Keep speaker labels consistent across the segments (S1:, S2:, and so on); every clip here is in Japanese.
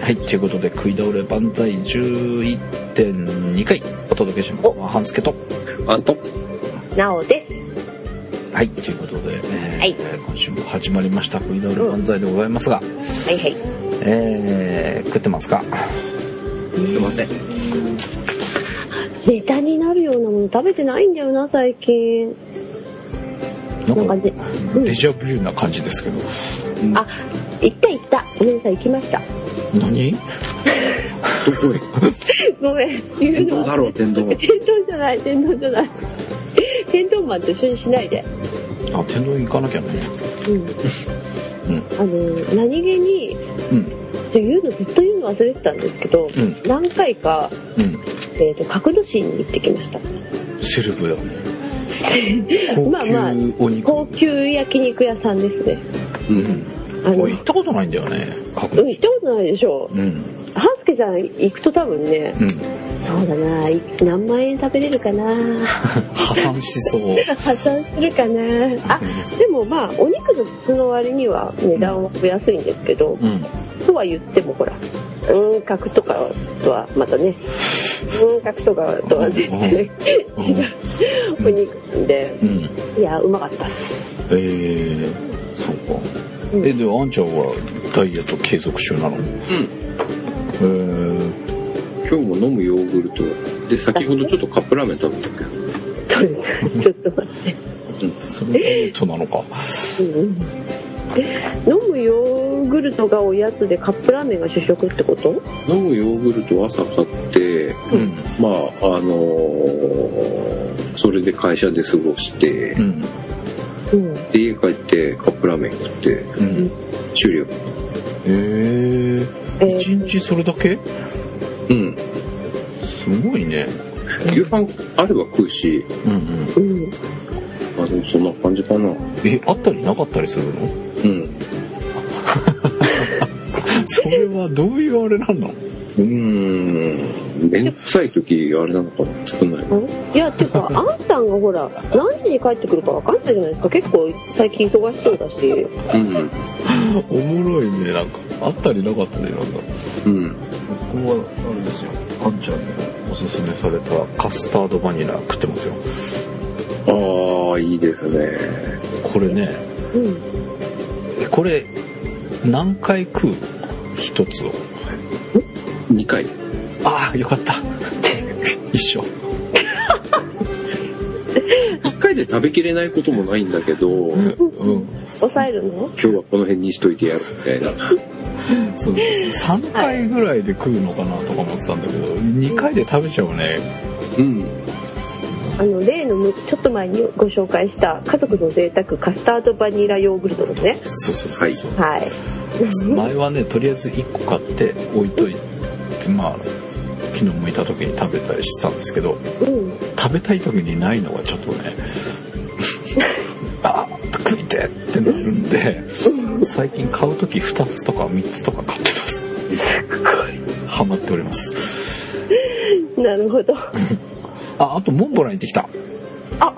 S1: はい、ということで、食い倒れ万歳11.2回お届けします。まあ、半助と。
S2: あと、
S3: なおです。
S1: はい、ということで、えー
S3: はい
S1: 今週も始まりました、食い倒れ万歳でございますが、
S3: はいはい。
S1: えー、食ってますか
S2: 言ってません。
S3: ネタになるようなもの食べてないんだよな、最近。
S1: なん
S3: な
S1: か
S3: んかでうん
S1: デジャブな感じですけど。
S3: あ、行った行った。ごめんなさい、行きました。
S1: 何
S2: どこへ
S3: ご めん。
S2: 天丼だろう、天丼。
S3: 天丼じゃない、天丼じゃない。天丼マンと一緒にしないで。
S1: あ、天丼行かなきゃね。
S3: うん。あの、何気に、
S1: うん、
S3: ちょ言うの、ずっと言うの忘れてたんですけど、
S1: うん
S3: 何回か、
S1: うん。
S3: えっ、と、角野市に行ってきました。
S1: セルブよね。高
S3: まあまあ
S1: 級お肉。
S3: 高級焼肉屋さんですね。
S2: うん。
S3: あの、う
S1: 俺
S3: ん
S1: 行っ、たことないんだよね。過去
S3: 行
S1: に
S3: ったことないでしょ。
S1: うん。
S3: ハンスケさん行くと多分ね、
S1: うん。
S3: そうだな、い何万円食べれるかな、
S1: 破産しそう。
S3: 破産するかな。あ、でもまあ、お肉の質の割には値段はお安いんですけど、
S1: うん。
S3: とは言ってもほら、うん、格とかとはまたね、うん、格とかとは全然
S1: う
S3: お
S1: ん
S3: 肉なんで、
S1: うん。
S3: いや、うまかったっす。
S1: えー、そうか。
S3: うん
S1: え、で、あんちゃんはダイエット継続中なのうん。えー、
S2: 今日も飲むヨーグルト。で、先ほどちょっとカップラーメン食べたけど。
S3: それちょっと待って。
S1: それダイエットなのか。
S3: うん飲むヨーグルトがおやつでカップラーメンが主食ってこと
S2: 飲むヨーグルトを朝買って、
S1: うん。
S2: まあ、あのーそれで会社で過ごして
S1: う、ん。
S3: うん。
S2: で家帰ってカップラーメン食って、
S1: うん。
S2: 終了。
S1: えー、
S3: えー
S1: 一日それだけ
S2: うん。
S1: すごいね。
S2: 夕飯あれば食うし、
S1: うんうん。
S3: うん。
S2: あ、でもそんな感じかな。
S1: え、あったりなかったりするの
S2: うん。
S1: それはどういうあれなの
S2: うーん。めんどくさい時、あれなのかな作んない。
S3: いや、ていう か、あんたんがほら、何時に帰ってくるか分かんないじゃないですか。結構最近忙しそうだし。
S2: うん。
S1: おもろいね、なんか。あったりなかったりなんだ。
S2: うん。
S1: 僕は、あれですよ。あんちゃんにおすすめされたカスタードバニラ食ってますよ。
S2: ああ、いいですね。
S1: これね、
S3: うん。
S1: えこれ何回食うの一つを
S2: 2回。
S1: ああよかった一緒
S2: 1回で食べきれないこともないんだけど、今
S1: うん
S3: 抑えるの
S2: 日はこの辺にしといてやるみたいな。
S1: そう3回ぐらいで食うのかなとか思ってたんだけど2回で食べちゃうね
S2: うん。
S3: あの、例のむちょっと前にご紹介した、家族の贅沢カスタードバニラヨーグルトですね。
S1: そうそうそうそう、
S3: はい。
S1: 前はねとりあえず1個買って置いといてまあ気の向いた時に食べたりしてたんですけど
S3: うん。
S1: 食べたい時にないのがちょっとねあ食いてってなるんで最近買う時2つとか3つとか買ってますハマっております
S3: なるほど。
S1: ああとモンブラン行ってきた
S3: あ、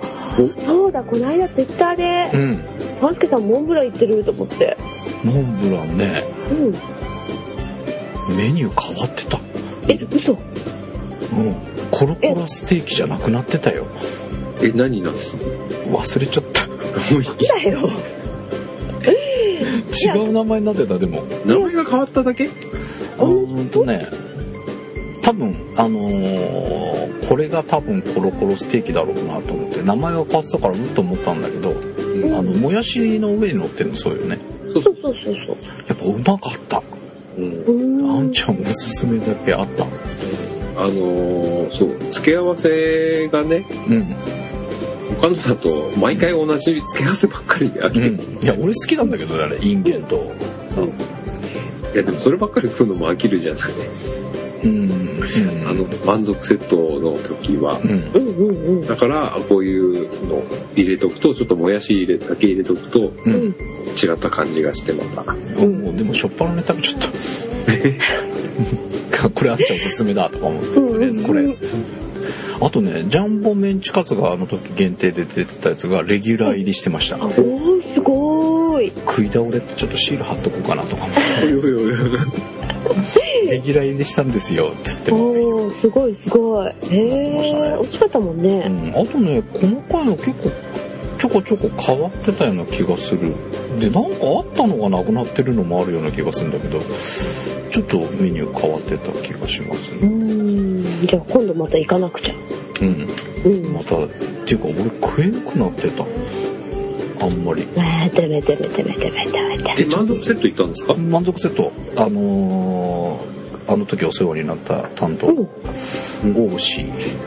S3: そうだ、この間ツイッターで、
S1: ん
S3: マスケさんモンブラン行ってると思って。
S1: モンブランね
S3: うん。
S1: メニュー変わってた
S3: え、嘘。
S1: うんコロコロステーキじゃなくなってたよ
S2: え、何なんです
S1: 忘れちゃった
S3: だよ。
S1: 違う名前になってたでも
S2: 名前が変わっただけ
S1: うーんとね多分あのーこれが多分コロコロステーキだろうなと思って名前が変わってたからうんと思ったんだけど、
S2: うん
S1: あのもやしの上に乗ってるのそうよね
S2: そう
S3: そうそうそうそ
S1: やっぱうまかった
S2: うん
S3: う。
S1: あ
S3: うんん。
S1: ちゃんおすすめだけあった
S2: あのーそう、付け合わせがね、
S1: うん
S2: 他のだと毎回同じ付け合わせばっかりで飽きて、い
S1: いや俺好きなんだけどねあれインゲンと
S2: や、でもそればっかり食うのも飽きるじゃない。
S1: うんうん
S2: あの、満足セットの時は。
S1: うん
S3: うんうんうん。
S2: だから、こういうの入れとくと、ちょっともやし入れだけ入れとくと、
S1: うん
S2: 違った感じがしてま た。
S3: うん
S1: もうでもしょっぱなに食べちゃった これあっちゃんおすすめだとか思って
S3: うんうんうん
S1: とりあえずこれあとねジャンボメンチカツがあの時限定で出てたやつがレギュラー入りしてました
S3: おー、すごーい。
S1: 食い倒れってちょっとシール貼っとこうかなとか思って
S2: おいおいおい
S1: レギュラー入りしたんですよ」って言って持って
S3: おー
S1: きて
S3: すごいすごいへ
S1: なってましたね
S3: え大きかったもん
S1: う
S3: ね、
S1: ん、あとねこの回は結構ちょこちょこ変わってたような気がするでなんかあったのがなくなってるのもあるような気がするんだけどちょっとメニュー変わってた気がします
S3: う
S1: ね
S3: ん、じゃあ今度また行かなくちゃ
S1: うん
S3: うん
S1: またっていうか俺食えなくなってたあんまり
S3: ねえてめてめてめてめてめて
S1: で
S2: え満足セット行ったんですか
S1: 満足セットあのーあの時お世話になった担当、
S3: うん
S1: 王氏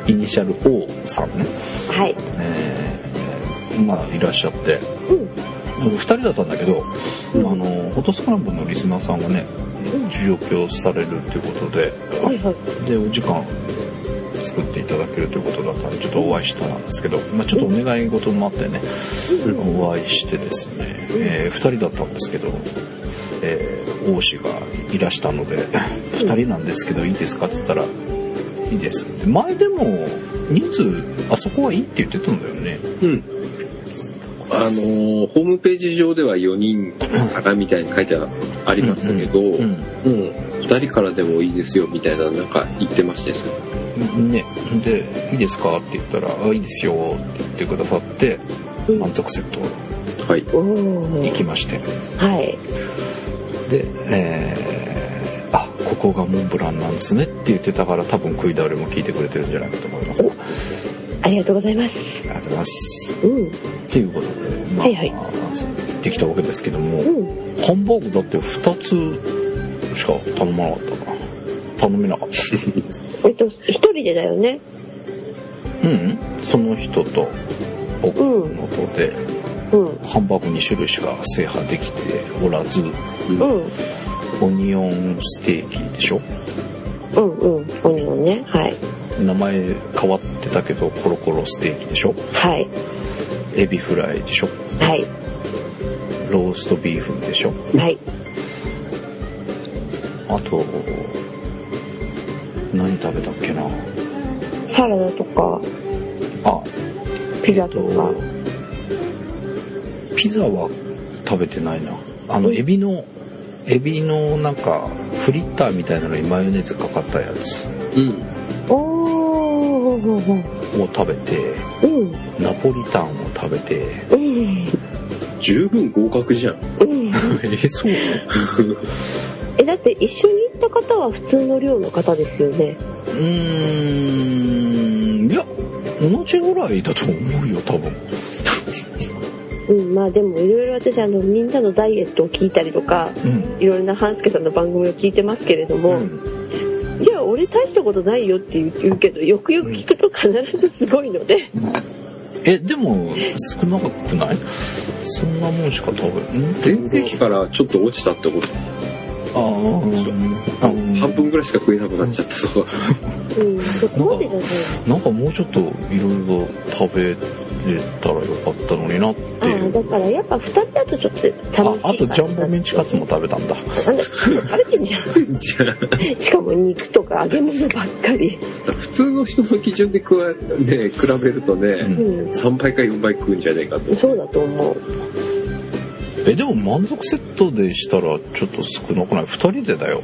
S1: イニシャル O さんね
S3: はい
S1: えーまあいらっしゃって、
S3: うん
S1: 2人だったんだけど、
S3: うん
S1: あのフォトスクランブルのリスナーさんがね上京されるっていうことで、
S3: はいはい
S1: でお時間作っていただけるということだったんでちょっとお会いしたんですけど、まあ、ちょっとお願い事もあってね、お会いしてですね、え2人だったんですけど、えー王氏がいらしたので「2人なんですけどいいですか?」って言ったら「いいです」で前でも人数あそこはいいって言ってたんだよね
S2: うんあのーホームページ上では4人からみたいに書いてありましたけど、もう2人からでもいいですよみたいななんか言ってましたよ
S1: ねで「いいですか?」って言ったら「あいいですよ」って言ってくださって
S3: うん
S1: 満足セット
S2: はい
S3: お
S1: 行
S3: ー
S1: きまして
S3: はい
S1: でえーあここがモンブランなんですねって言ってたから多分食い倒れも聞いてくれてるんじゃないかと思いますあり
S3: ありがとうございます
S1: がとうございます
S3: うん
S1: っていうことで、まあ
S3: はいはい
S1: 行ってきたわけですけども、
S3: うん
S1: ハンバーグだって2つしか頼まなかったかな頼め なかった
S3: えっと一人でだよね
S1: うんその人と僕のとで、
S3: うん
S1: ハンバーグ2種類しか制覇できておらず
S3: うん
S1: オニオンステーキでしょ
S3: うんうんオニオンねはい
S1: 名前変わってたけどコロコロステーキでしょ
S3: はい
S1: エビフライでしょ
S3: はい
S1: ローストビーフでしょ
S3: はい
S1: あと何食べたっけな
S3: サラダとか
S1: あ
S3: ピザとか
S1: ピザは食べてないなあのエビのエビのなんかフリッターみたいなのにマヨネーズかかったやつ
S2: うん
S3: おー
S1: を食べて
S3: うん
S1: ナポリタンを食べて
S3: うん
S2: 十分合格じゃん
S3: うん
S1: えそう
S3: えだって一緒に行った方は普通の量の方ですよね
S1: うーんいや同じぐらいだと思うよ多分
S3: うんまあでもいろいろ私あのみんなのダイエットを聞いたりとか
S1: うん
S3: いろいろな半助さんの番組を聞いてますけれども、
S1: うん
S3: いや俺大したことないよって言うけどよくよく聞くと必ずすごいので、
S1: えでも少なくないそんなもんしか食べん
S2: 全盛期からちょっと落ちたってこと
S1: あーうんあ
S2: 半分ぐらいしか食えなくなっちゃったとか
S3: うん、そこまでじゃない
S1: なんかもうちょっといろいろ食べれたらよかったのになって
S3: あ
S1: い
S3: あ
S1: う
S3: だからやっぱ2人だとちょっと楽しい
S1: ああとジャンボメンチカツも食べたんだ
S3: なんだ食べてんじゃん
S2: じゃ
S3: しかも肉とか揚げ物ばっかり
S2: あ普通の人の基準で食わ、ね、比べると
S1: う
S2: ね、
S1: ん
S3: うん
S2: 3倍か4倍食うんじゃねえかと
S3: そうだと思う
S1: えでも満足セットでしたらちょっと少なくない2人でだよ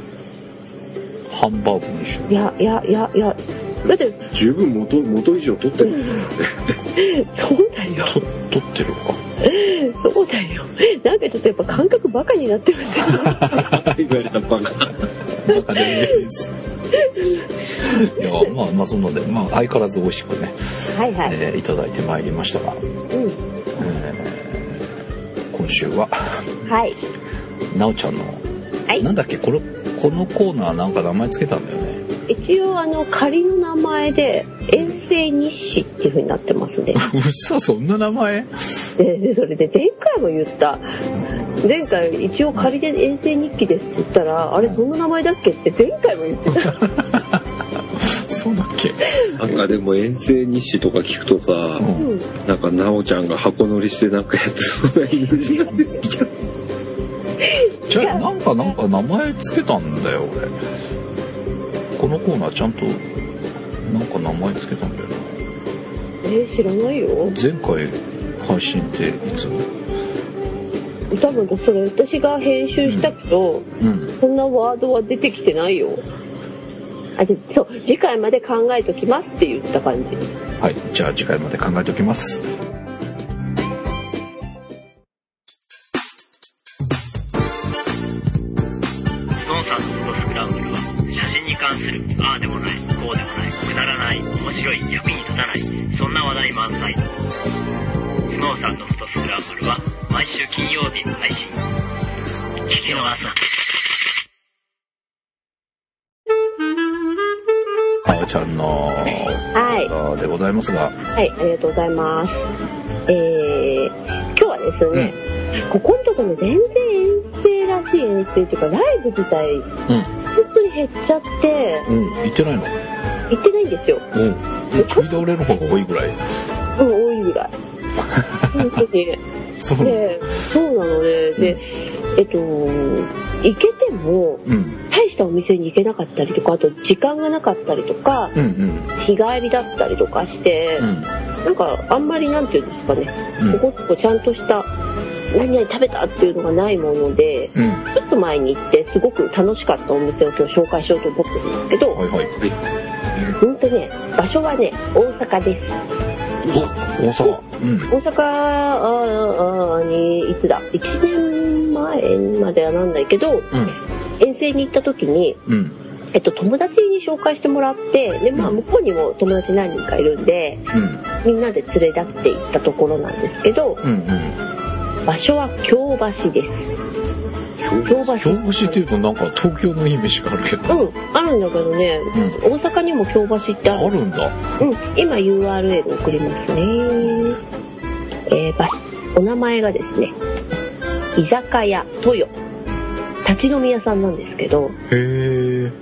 S1: ハンバーグにしよ
S3: いやいやいやいやだって
S2: 十分元元以上取ってるんですよ ね
S3: そうだよ
S1: と取ってるか
S3: そうだよなんかちょっとやっぱ感覚バカになってますよ
S2: 言われたバ
S1: バ
S2: カ
S1: カです。いやまあまあそんなんで、まあ、相変わらず美味しくね、
S3: はいはい、
S1: えーいただいてまいりましたが、
S3: う
S1: えー今週は
S3: んはい
S1: なおちゃんの、
S3: はい
S1: なんだっけこれこのコーナーなんか名前つけたんだよね
S3: 一応あの仮の名前で遠征日誌っていう風になってますね
S1: うっそそんな名前
S3: ででそれで前回も言った前回一応仮で遠征日記ですって言ったらあれそんな名前だっけって前回も言ってた
S1: そうだっけ、
S2: なんかでも遠征日誌とか聞くとさ、
S1: うん、
S3: うん
S2: なんか奈緒ちゃんが箱乗りしてなんかやってそうなイメージが出てきちゃっ
S1: じゃあなんかなんか名前つけたんだよ俺このコーナーちゃんとなんか名前つけたんだよな
S3: えー知らないよ
S1: 前回配信っていつ
S3: 多分それ私が編集したけど、
S1: うん
S3: そんなワードは出てきてないよあじゃそう次回まで考えときますって言った感じ
S1: はいじゃあ次回まで考えておきます
S4: ノンサンスのスクランブルは写真に関するああでもないこうでもないくだらない面白い役に立たないそんな話題満載スノーサンドフトスクランブルは毎週金曜日配信聞き逃すな
S1: あおちゃんの
S3: はい
S1: あーでございますが
S3: はいありがとうございますえー、今日はですね、ここのところ全然遠征らしい遠征というかライブ自体
S1: うん
S3: 本当に減っちゃって
S1: うん行ってないの
S3: 行ってないんですよ
S1: うん聞いて俺の方が多いぐらい
S3: うん多いぐらい本 当に
S1: そう
S3: でそうなのででえっと行けても
S1: うん
S3: 大したお店に行けなかったりとかあと時間がなかったりとか
S1: うんうん
S3: 日帰りだったりとかして、
S1: うん
S3: なんかあんまりなんていうんですかね、
S1: うん
S3: こここちゃんとした何々食べたっていうのがないもので
S1: うん
S3: ちょっと前に行ってすごく楽しかったお店を今日紹介しようと思ってるんですけど、
S1: はいはい
S3: 本当ね場所はね大阪です
S1: 大阪うん
S3: 大阪あーあーにいつだ1年前まではなんないけど
S1: うん
S3: 遠征に行った時に
S1: うん
S3: えっと、友達に紹介してもらってで、まあ、
S1: うん
S3: 向こうにも友達何人かいるんで
S1: う
S3: み
S1: ん
S3: んなで連れ立って行ったところなんですけど
S1: うんうん
S3: 場所は京橋です京橋
S1: 京橋っていうとなんか東京のイメージがあるけど、
S3: うんあるんだけどね
S1: うん、
S3: 大阪にも京橋ってあ
S1: あ
S3: る、
S1: るんだ
S3: うん、今 URL 送りますねえー場所お名前がですね居酒屋豊立ち飲み屋さんなんですけど
S1: へえ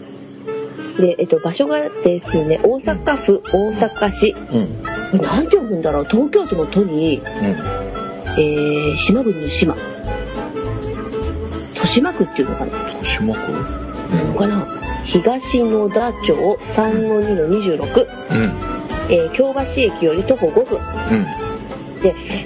S3: で、えっと、場所がですね大阪府大阪市
S1: うんうん
S3: これなんて読むんだろう東京都の都にえー、島国の島豊島区っていうのかな、
S1: 豊島区
S3: のかな東野田町3の2の26、
S1: うん
S3: えー京橋駅より徒歩5分
S1: うん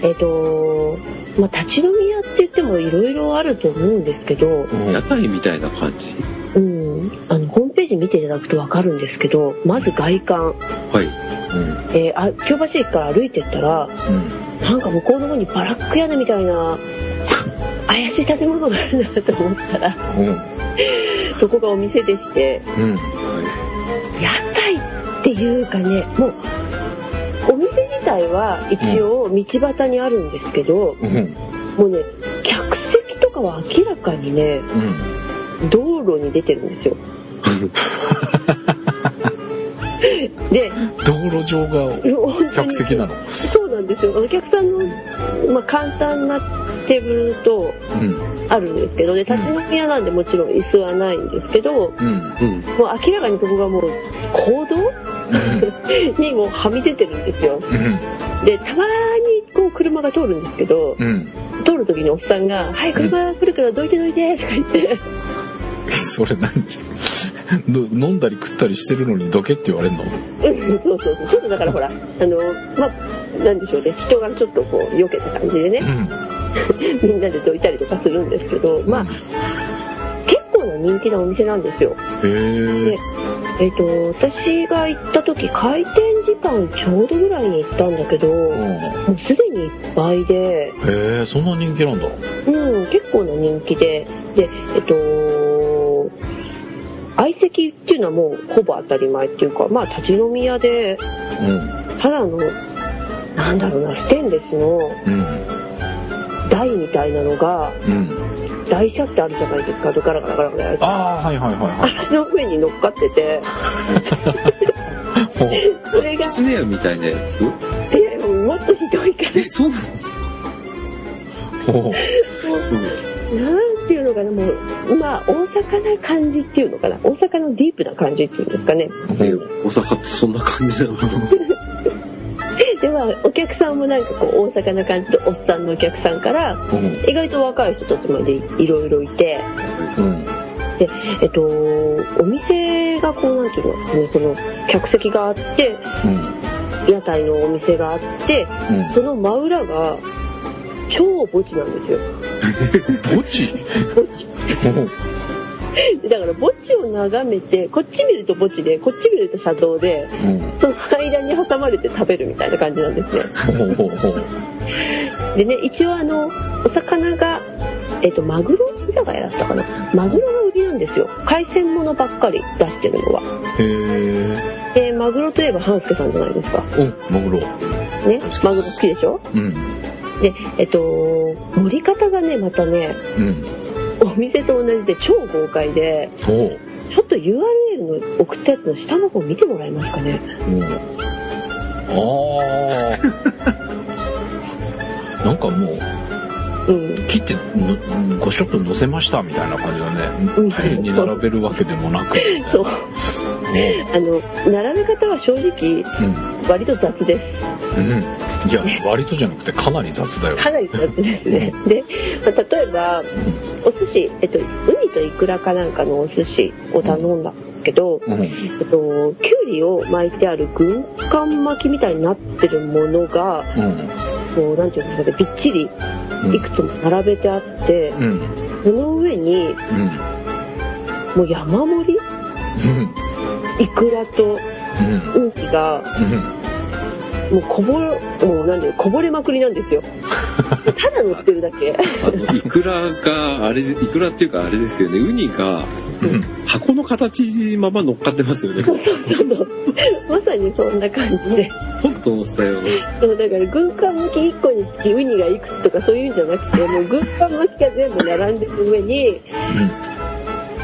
S3: えっ、とまあ、立ち飲み屋って言ってもいろいろあると思うんですけど、
S1: うん
S2: 屋台みたいな感じ
S3: うん、あのホームページ見ていただくと分かるんですけどまず外観、
S2: はい
S1: うん
S3: えーあ京橋駅から歩いてったらなんか向こうの方にバラック屋根みたいな怪しい建物があるなと思ったら
S1: うん
S3: そこがお店でして
S1: うん
S3: 屋台っていうかねもうお店自体は一応道端にあるんですけど、
S1: うんうん
S3: もうね客席とかは明らかにね道路に出てるんですよで
S1: 道路上が
S3: 本当に
S1: 客席なの
S3: そうなんですよお客さんの、まあ、簡単なテーブルと
S1: うん
S3: あるんですけどで立ち飲み屋なんでもちろん椅子はないんですけどもう
S1: うん
S2: うん
S3: 明らかにそこがもう行動
S1: うん
S3: にもうはみ出てるんですよ
S1: うん
S3: でたまにこう車が通るんですけど
S1: うん
S3: 通る時におっさんが「はい車来るからどいてどいて」とか言って
S1: それ何ど飲んだり食ったりしてるのにどけって言われんの
S3: うんそうそうそうちょっとだからほらあのまあなんでしょうね人がちょっとこう避けた感じで
S1: う
S3: ね
S1: ん
S3: みんなでどいたりとかするんですけどまあ結構な人気なお店なんですよ
S1: へえ
S3: えっ、と私が行った時開店時間ちょうどぐらいに行ったんだけど
S1: うん
S3: もうすでにいっぱいで
S1: へえそんな人気なんだ
S3: うん、結構な人気で、で、えっと、相席っていうのはもうほぼ当たり前っていうか、まあ立ち飲み屋で、
S1: うん
S3: ただの、なんだろうな、ステンレスの
S1: うん
S3: 台みたいなのが、
S1: うん
S3: 台車ってあるじゃないですか、ガラガラガラガラやる。
S1: ああはいはいはいはい
S3: あれの上に乗っかってて、
S1: ほう
S3: それが、い
S2: キツネ屋みたいなやつ
S3: や、もっとひどいから、
S2: えそうなんですか
S1: ほう
S3: なんていうのかな、もう、まあ、大阪な感じっていうのかな、大阪のディープな感じっていうんですかね。
S1: ほ
S2: え
S1: う
S2: 大阪ってそんな感じなの
S3: ではお客さんもなんかこう大阪な感じとおっさんのお客さんから
S1: うん
S3: 意外と若い人たちまでいろいろいて、
S1: うん
S3: えっと、お店がこうなんていうのかねその客席があって
S1: うん
S3: 屋台のお店があって
S1: うん
S3: その真裏が超墓地なんですよ
S1: 墓地
S3: 墓地だから墓地を眺めてこっち見ると墓地でこっち見ると車道で
S1: うん
S3: その間に挟まれて食べるみたいな感じなんですよ
S1: ほうほうほう
S3: でね一応あのお魚がえっとマグロ居酒屋だったかなマグロが売りなんですよ海鮮ものばっかり出してるのは
S1: へえ
S3: でマグロといえば半助さんじゃないですか
S1: うんマグロ
S3: ねマグロ好きでしょ
S1: うん
S3: でえっと盛り方がねまたね
S1: うん
S3: お店と同じで超豪快で
S1: ほう
S3: ちょっと URL の送ったやつの下の方見てもらえますかね
S1: うんああなんかもう
S3: うん
S1: 切っての5色乗せましたみたいな感じだ
S3: うん
S1: ね綺麗に並べるわけでもな く
S3: そう
S1: もう
S3: あの並べ方は正直
S1: うん
S3: 割と雑です
S1: うんいや割とじゃなくてかなり雑だよ
S3: かなり雑ですねで、まあ例えばお寿司、えっと、ウニとイクラかなんかのお寿司を頼んだんですけど、
S1: うん
S3: えっと、キュウリを巻いてある軍艦巻きみたいになってるものが
S1: うん
S3: こうなんていうんですかねびっちりいくつも並べてあって
S1: うんうん
S3: その上にもう山盛り
S1: うん
S3: イクラと
S1: うん
S3: ウニが
S1: うん
S3: もうこぼれもうなんでこぼれまくりなんですよただ乗ってるだけ
S2: あの、イクラが、あれ、イクラっていうかあれですよね、ウニが
S1: うん
S2: 箱の形まま乗っかってますよね。
S3: そうそうそうそうまさにそんな感じで
S2: 本当のスタイルの。
S3: そうだから軍艦巻き1個につきウニがいくつとかそういうんじゃなくてもう軍艦巻きが全部並んでる上に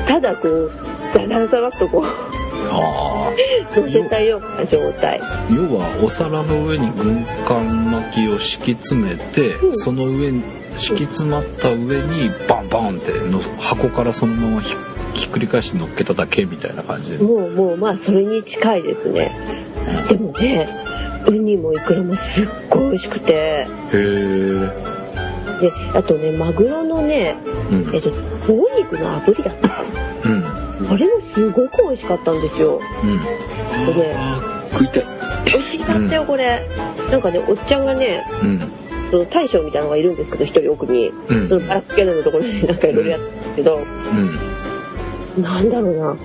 S3: ただこうダラダラっとこう
S1: あ
S3: 乗せたような状態
S1: あ要はお皿の上に軍艦巻きを敷き詰めて、
S3: うん
S1: その上に敷き詰まった上にバンバンっての箱からそのままひひっくり返して乗っけただけみたいな感じで、
S3: もうもうまあそれに近いですねでもねウニもイクラもすっごい美味しくて
S1: へえ
S3: であとねマグロのね
S1: うん
S3: えっともも肉の炙りだったかな
S1: うん
S3: あれもすごく美味しかったんですよ。
S1: うん
S3: でね、
S2: あー食いたい。
S3: 美味しかったよ、これ。なんかね、おっちゃんがね、
S1: うん
S3: その大将みたいなのがいるんですけど、一人奥に。
S1: うん
S3: そのバラッケのところになんかいろいろやったんですけど、
S1: うん
S3: なんだろうな。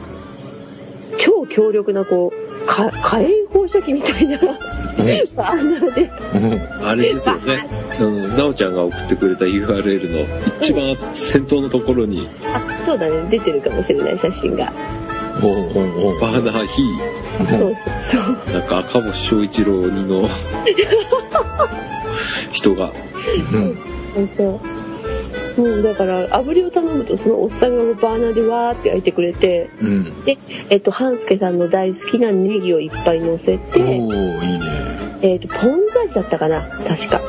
S3: 超強力な、こう、か火炎放射器みたいな、バーナーで、
S2: あれですよね。うん、なおちゃんが送ってくれた URL の一番先頭のところに、
S3: あ、そうだね、出てるかもしれない、写真が。
S1: おうおうおう
S2: バーナーヒ
S3: そうそうそう。
S2: ー、なんか赤星昭一郎にの人が、
S1: うん
S3: 本当。うん、だから、炙りを頼むと、そのおっさんがバーナーでわーって焼いてくれて、
S1: うん
S3: えっと、半助さんの大好きなネギをいっぱい乗せ
S1: お
S3: て、
S1: ーいいね
S3: えっと、ポン酢味だったかな確か。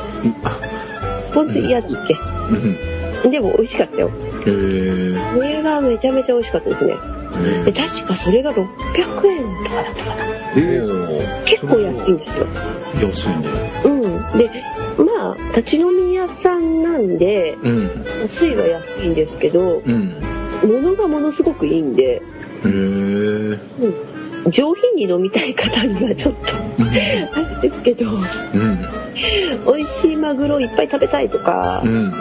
S3: ポン酢嫌だっけ
S1: うん
S3: でも美味しかったよ。
S1: へえ
S3: これがめちゃめちゃ美味しかったですね。で、確かそれが600円とかだったかな
S1: おー
S3: 結構安いんですよ。
S1: 安いね
S3: うん。で、まあ、立ち飲み屋さんなんで、
S1: うん
S3: 安いは安いんですけど、
S1: うん
S3: 物がものすごくいいんで、
S1: へえ
S3: 上品に飲みたい方にはちょっとあれですけど、
S1: うん
S3: 美味しいマグロいっぱい食べたいとか
S1: う、ん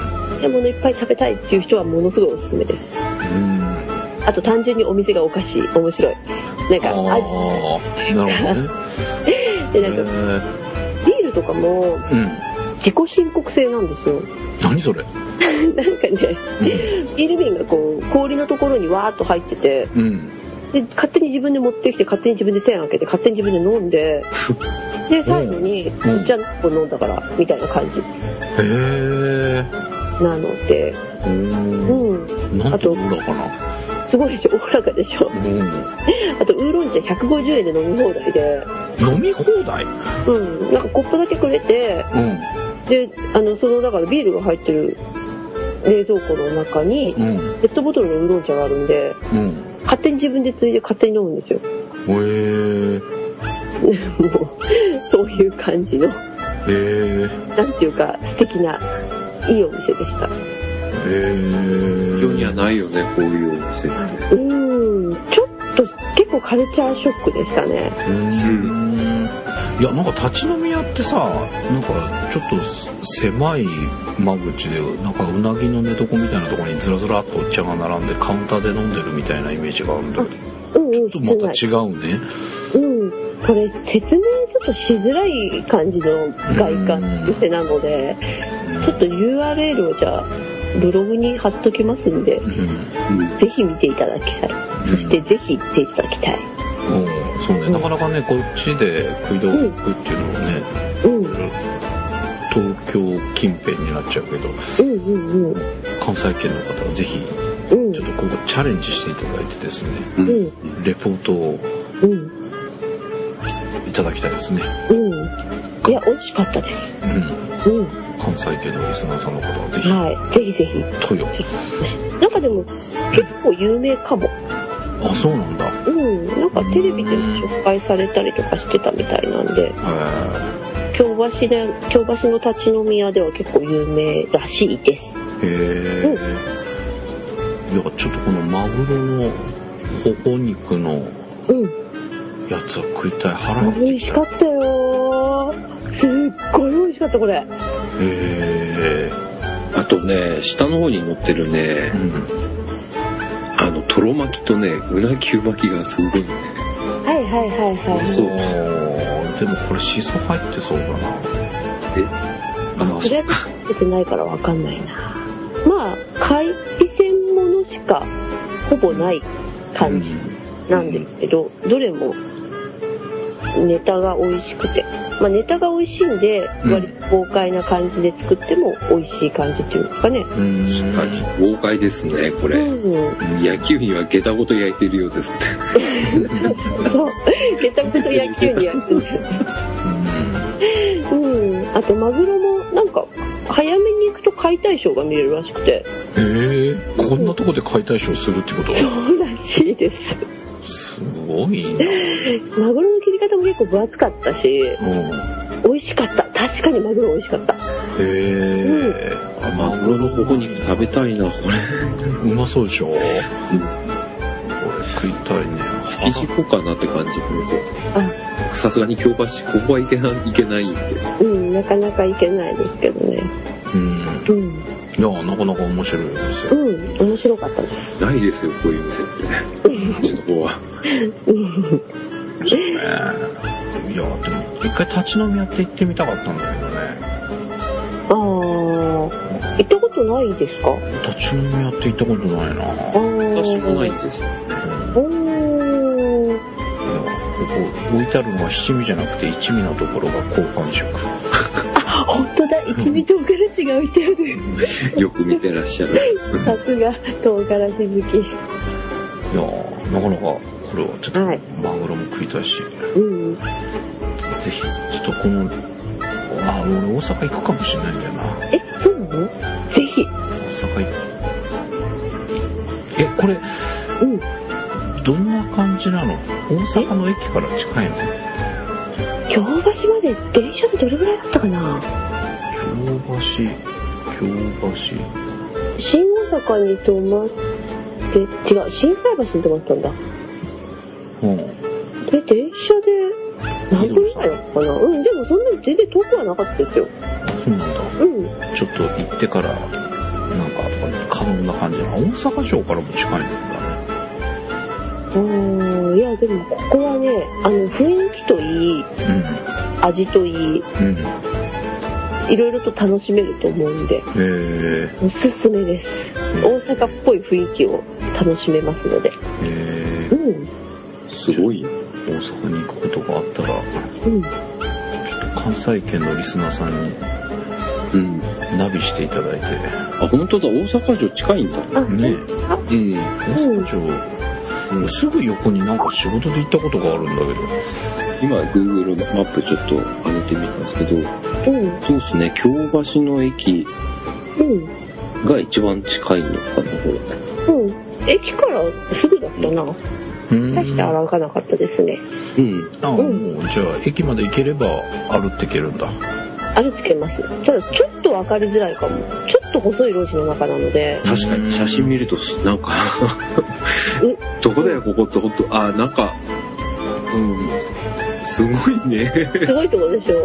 S3: でものいっぱい食べたいっていう人はものすごいおすすめです
S1: うん
S3: あと単純にお店がおかしい面白いなん
S1: あ
S3: か味
S1: あなるほどね
S3: で
S1: へ
S3: なんか
S1: ー
S3: ビールとかも
S1: うん
S3: 自己申告制なんですよ
S1: 何それ
S3: なんかねビール瓶がこう氷のところにわーっと入ってて
S1: うんうん
S3: で勝手に自分で持ってきて勝手に自分で栓開けて勝手に自分で飲んでで最後に「
S1: うん
S3: お茶何個飲んだから」みたいな感じ
S1: へえ
S3: なのでうん
S1: なんてオーラかな
S3: すごいでしょおおらかでしょ
S1: うん
S3: あとウーロン茶150円で飲み放題で
S1: 飲み放題
S3: うんなんかコップだけくれて
S1: うん
S3: であのそのだからビールが入ってる冷蔵庫の中に
S1: うん
S3: ペットボトルのウーロン茶があるんで
S1: うん
S3: 勝手に自分でついで勝手に飲むんですよ
S1: へえ
S3: もうそういう感じの
S1: へえ
S3: なんていうか素敵ないいお店でした
S1: へえ
S2: 世にはないよね、こういうお店って。
S3: うーんちょっと結構カルチャーショックでしたね
S1: うんいやなんか立ち飲み屋ってさなんかちょっと狭い間口でなんかうなぎの寝床みたいなところにずらずらっとお茶が並んでカウンターで飲んでるみたいなイメージがあるんだけ
S3: う
S1: ど
S3: んうん
S1: ちょ
S3: 室
S1: っとまた
S3: 内
S1: 違うね
S3: うんこれ説明ちょっとしづらい感じの外観店なのでちょっと URL をじゃあブログに貼っときますんで
S1: うん
S3: ぜひ見ていただきたいそしてぜひ行っていただきたい
S1: うんそうねなかなかねこっちで食い道具行くっていうのはね
S3: うん
S1: 東京近辺になっちゃうけど
S3: うんうんうん
S1: 関西圏の方はぜひち
S3: うん
S1: ょっとここチャレンジしていただいてですね
S3: うん
S1: レポートを
S3: うん
S1: いただきたいですね、
S3: うんいや美味しかったです
S1: うん、
S3: うん
S1: 関西圏のリスナーさんの方はぜひ
S3: はいぜひぜひ
S1: 豊
S3: なんかでも結構有名かも
S1: あそうなんだ
S3: う
S1: へ
S3: んなんかテレビでも紹介されたりとかしてたみたいなんで京橋で京橋の立ち飲み屋では結構有名らしいです
S1: えいやちょっとこのマグロのほほ肉の
S3: うん
S1: やつは食いたい腹
S3: 美
S1: 減って
S3: 味
S1: き
S3: したか
S1: へ
S3: ったよすっごい美味しかったこれ
S1: え
S2: あとね下の方に乗ってるね
S1: うん
S2: あのとろ巻きとねうなぎ巻きがすごいね
S3: はいはいはいはい
S2: そう
S1: あーでもこれシソ入ってそうだな
S2: あ
S3: それは食べてないからわかんないなまあ海鮮専ものしかほぼない感じなんですけど、どれもネタが美味しくて、まあ、ネタが美味しいんで
S1: うん
S3: 割と豪快な感じで作っても美味しい感じっていうんですかね、
S1: うん
S2: 確かに豪快ですねこれ、
S3: うん
S2: 野球には下駄ごと焼いてるようですね
S3: そうめちゃくちゃ野球にやってるうんあとマグロもなんか早めに行くと解体ショーが見れるらしくて
S1: へえこんなとこで解体ショーするってこと
S3: そうらしいです
S1: すごいな
S3: マグロの切り方も結構分厚かったし
S1: うん
S3: 美味しかった確かにマグロ美味しかった
S1: へえ、あ
S2: マ
S1: マ
S2: グロのほほ肉食べたいなこ れ
S1: うまそうでしょ、これ食いたいね
S2: 築地行こうかなって感じするとさすがに京橋ここはいけないいけないんで
S3: うんなかなか行けないですけどね
S1: うん
S3: うん
S1: いやなかなか面白いですよ
S3: うん面白かったです
S2: ないですよこういう店ってね うちの方は
S1: ねいやでも一回立ち飲みやって行ってみたかったんだけどね
S3: ああ行ったことないですか
S1: 立ち飲みやって行ったことないな
S3: ああ
S2: 私もないんですよ
S3: おー
S1: いやここ置いてあるのは七味じゃなくて一味のところが高感触
S3: あ本当だ一味唐辛子が置いてある
S2: よく見てらっしゃる
S3: さすが唐辛子好
S1: いやなかなかこれはちょっと
S3: はい
S1: マグロも食いたいし、
S3: きうん
S1: ぜひちょっとこのあ俺大阪行くかもしれないんだよな
S3: えそうなのぜひ
S1: 大阪行えこれ
S3: うん
S1: どんな感じなの大阪の駅から近いの
S3: 京橋まで電車でどれぐらいだったかな
S1: 京橋京
S3: 新大阪に泊まって違う新斎橋に泊まったんだ
S1: 橋うん
S3: で電車で何分ぐらいだったかなうんでもそんなに全然遠くはなかったですよ
S1: そうなん
S3: うん
S1: だちょっと行ってからなんか可能な感じなの大阪城からも近いんだね
S3: うんいやでもここはねあの雰囲気といい味といい
S1: うんうんへ
S3: いろいろと楽しめると思うんで
S1: え
S3: おすすめです大阪っぽい雰囲気を楽しめますので
S1: え
S3: うん
S2: すごいよ
S1: 大阪に行くことがあったらち
S3: うん
S1: ょっと関西圏のリスナーさんに
S2: うん
S1: ナビしていただいて
S2: あ本当だ大阪城近いんだ
S3: あ
S1: ね
S2: う
S1: 大
S2: ん
S1: 阪城、うんすぐ横になんか仕事で行ったことがあるんだけど
S2: 今 Google マップちょっと上げてみたんですけど
S3: うん
S2: そうですね京橋の駅
S3: うん
S2: が一番近いのかなこ
S3: うん駅からすぐだったな大して
S1: あ
S3: 歩かなかったですね
S2: れうん
S1: あもうじゃあ駅まで行ければ歩っていけるんだ
S3: 歩けますただちょっと分かりづらいかもちょっと細い路地の中なので
S2: 確かに写真見るとなんかどこだよここって本当あなんかうん、すごいね、
S3: すごいとこでしょ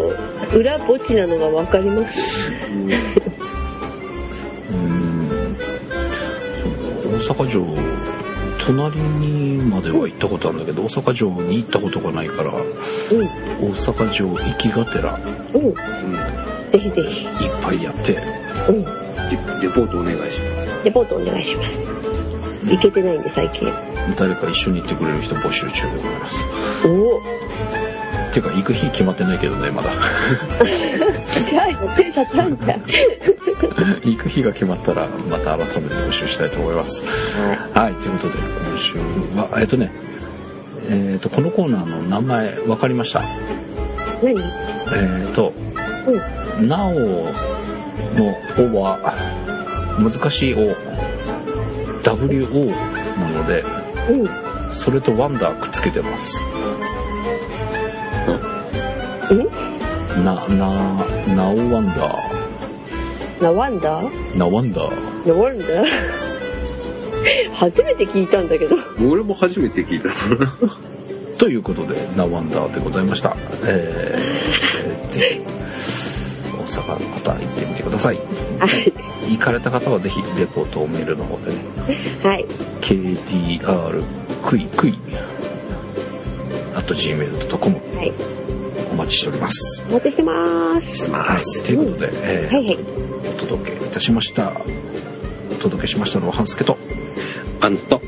S3: 裏墓地なのが分かります
S1: うん大阪城隣にまでは行ったことあるんだけど大阪城に行ったことがないから
S3: う
S1: 大阪城行きがてらい
S3: んうんぜひぜひ
S1: っぱいやって
S3: うん
S2: リレポートお願いします
S3: レポートお願いします行けてないんで最近
S1: 誰か一緒に行ってくれる人募集中でございます
S3: おお
S1: ていうか行く日決まってないけどねまだ
S3: じゃあ手立たんじゃん
S1: 行く日が決まったらまた改めて募集したいと思いますはいということで今週はえっとねえっとこのコーナーの名前分かりました
S3: 何
S1: えっと
S3: うん
S1: なおの「お」は難しい「お」WO なので
S3: うん
S1: それとワンダーくっつけてますなななおワンダ
S3: ナワンダ
S1: ーなワンダー
S3: ナワンダ初めて聞いたんだけど
S2: 俺も初めて聞いたそれ
S1: ということでなワンダーでございましたえー、ぜひ大阪の方行ってみてください
S3: はい
S1: 行かれた方はぜひレポートをメールの方でね
S3: はい
S1: KDR クイクイあと gmail.com
S3: はい
S1: お待ちしております
S3: お待ちしてます
S1: はい、ということで、えー
S3: はいはい
S1: お届けいたしましたお届けしましたのは半助と
S2: あんた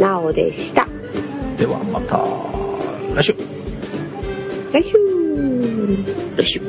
S3: なおでした
S1: ではまた来週
S3: 来週
S2: よし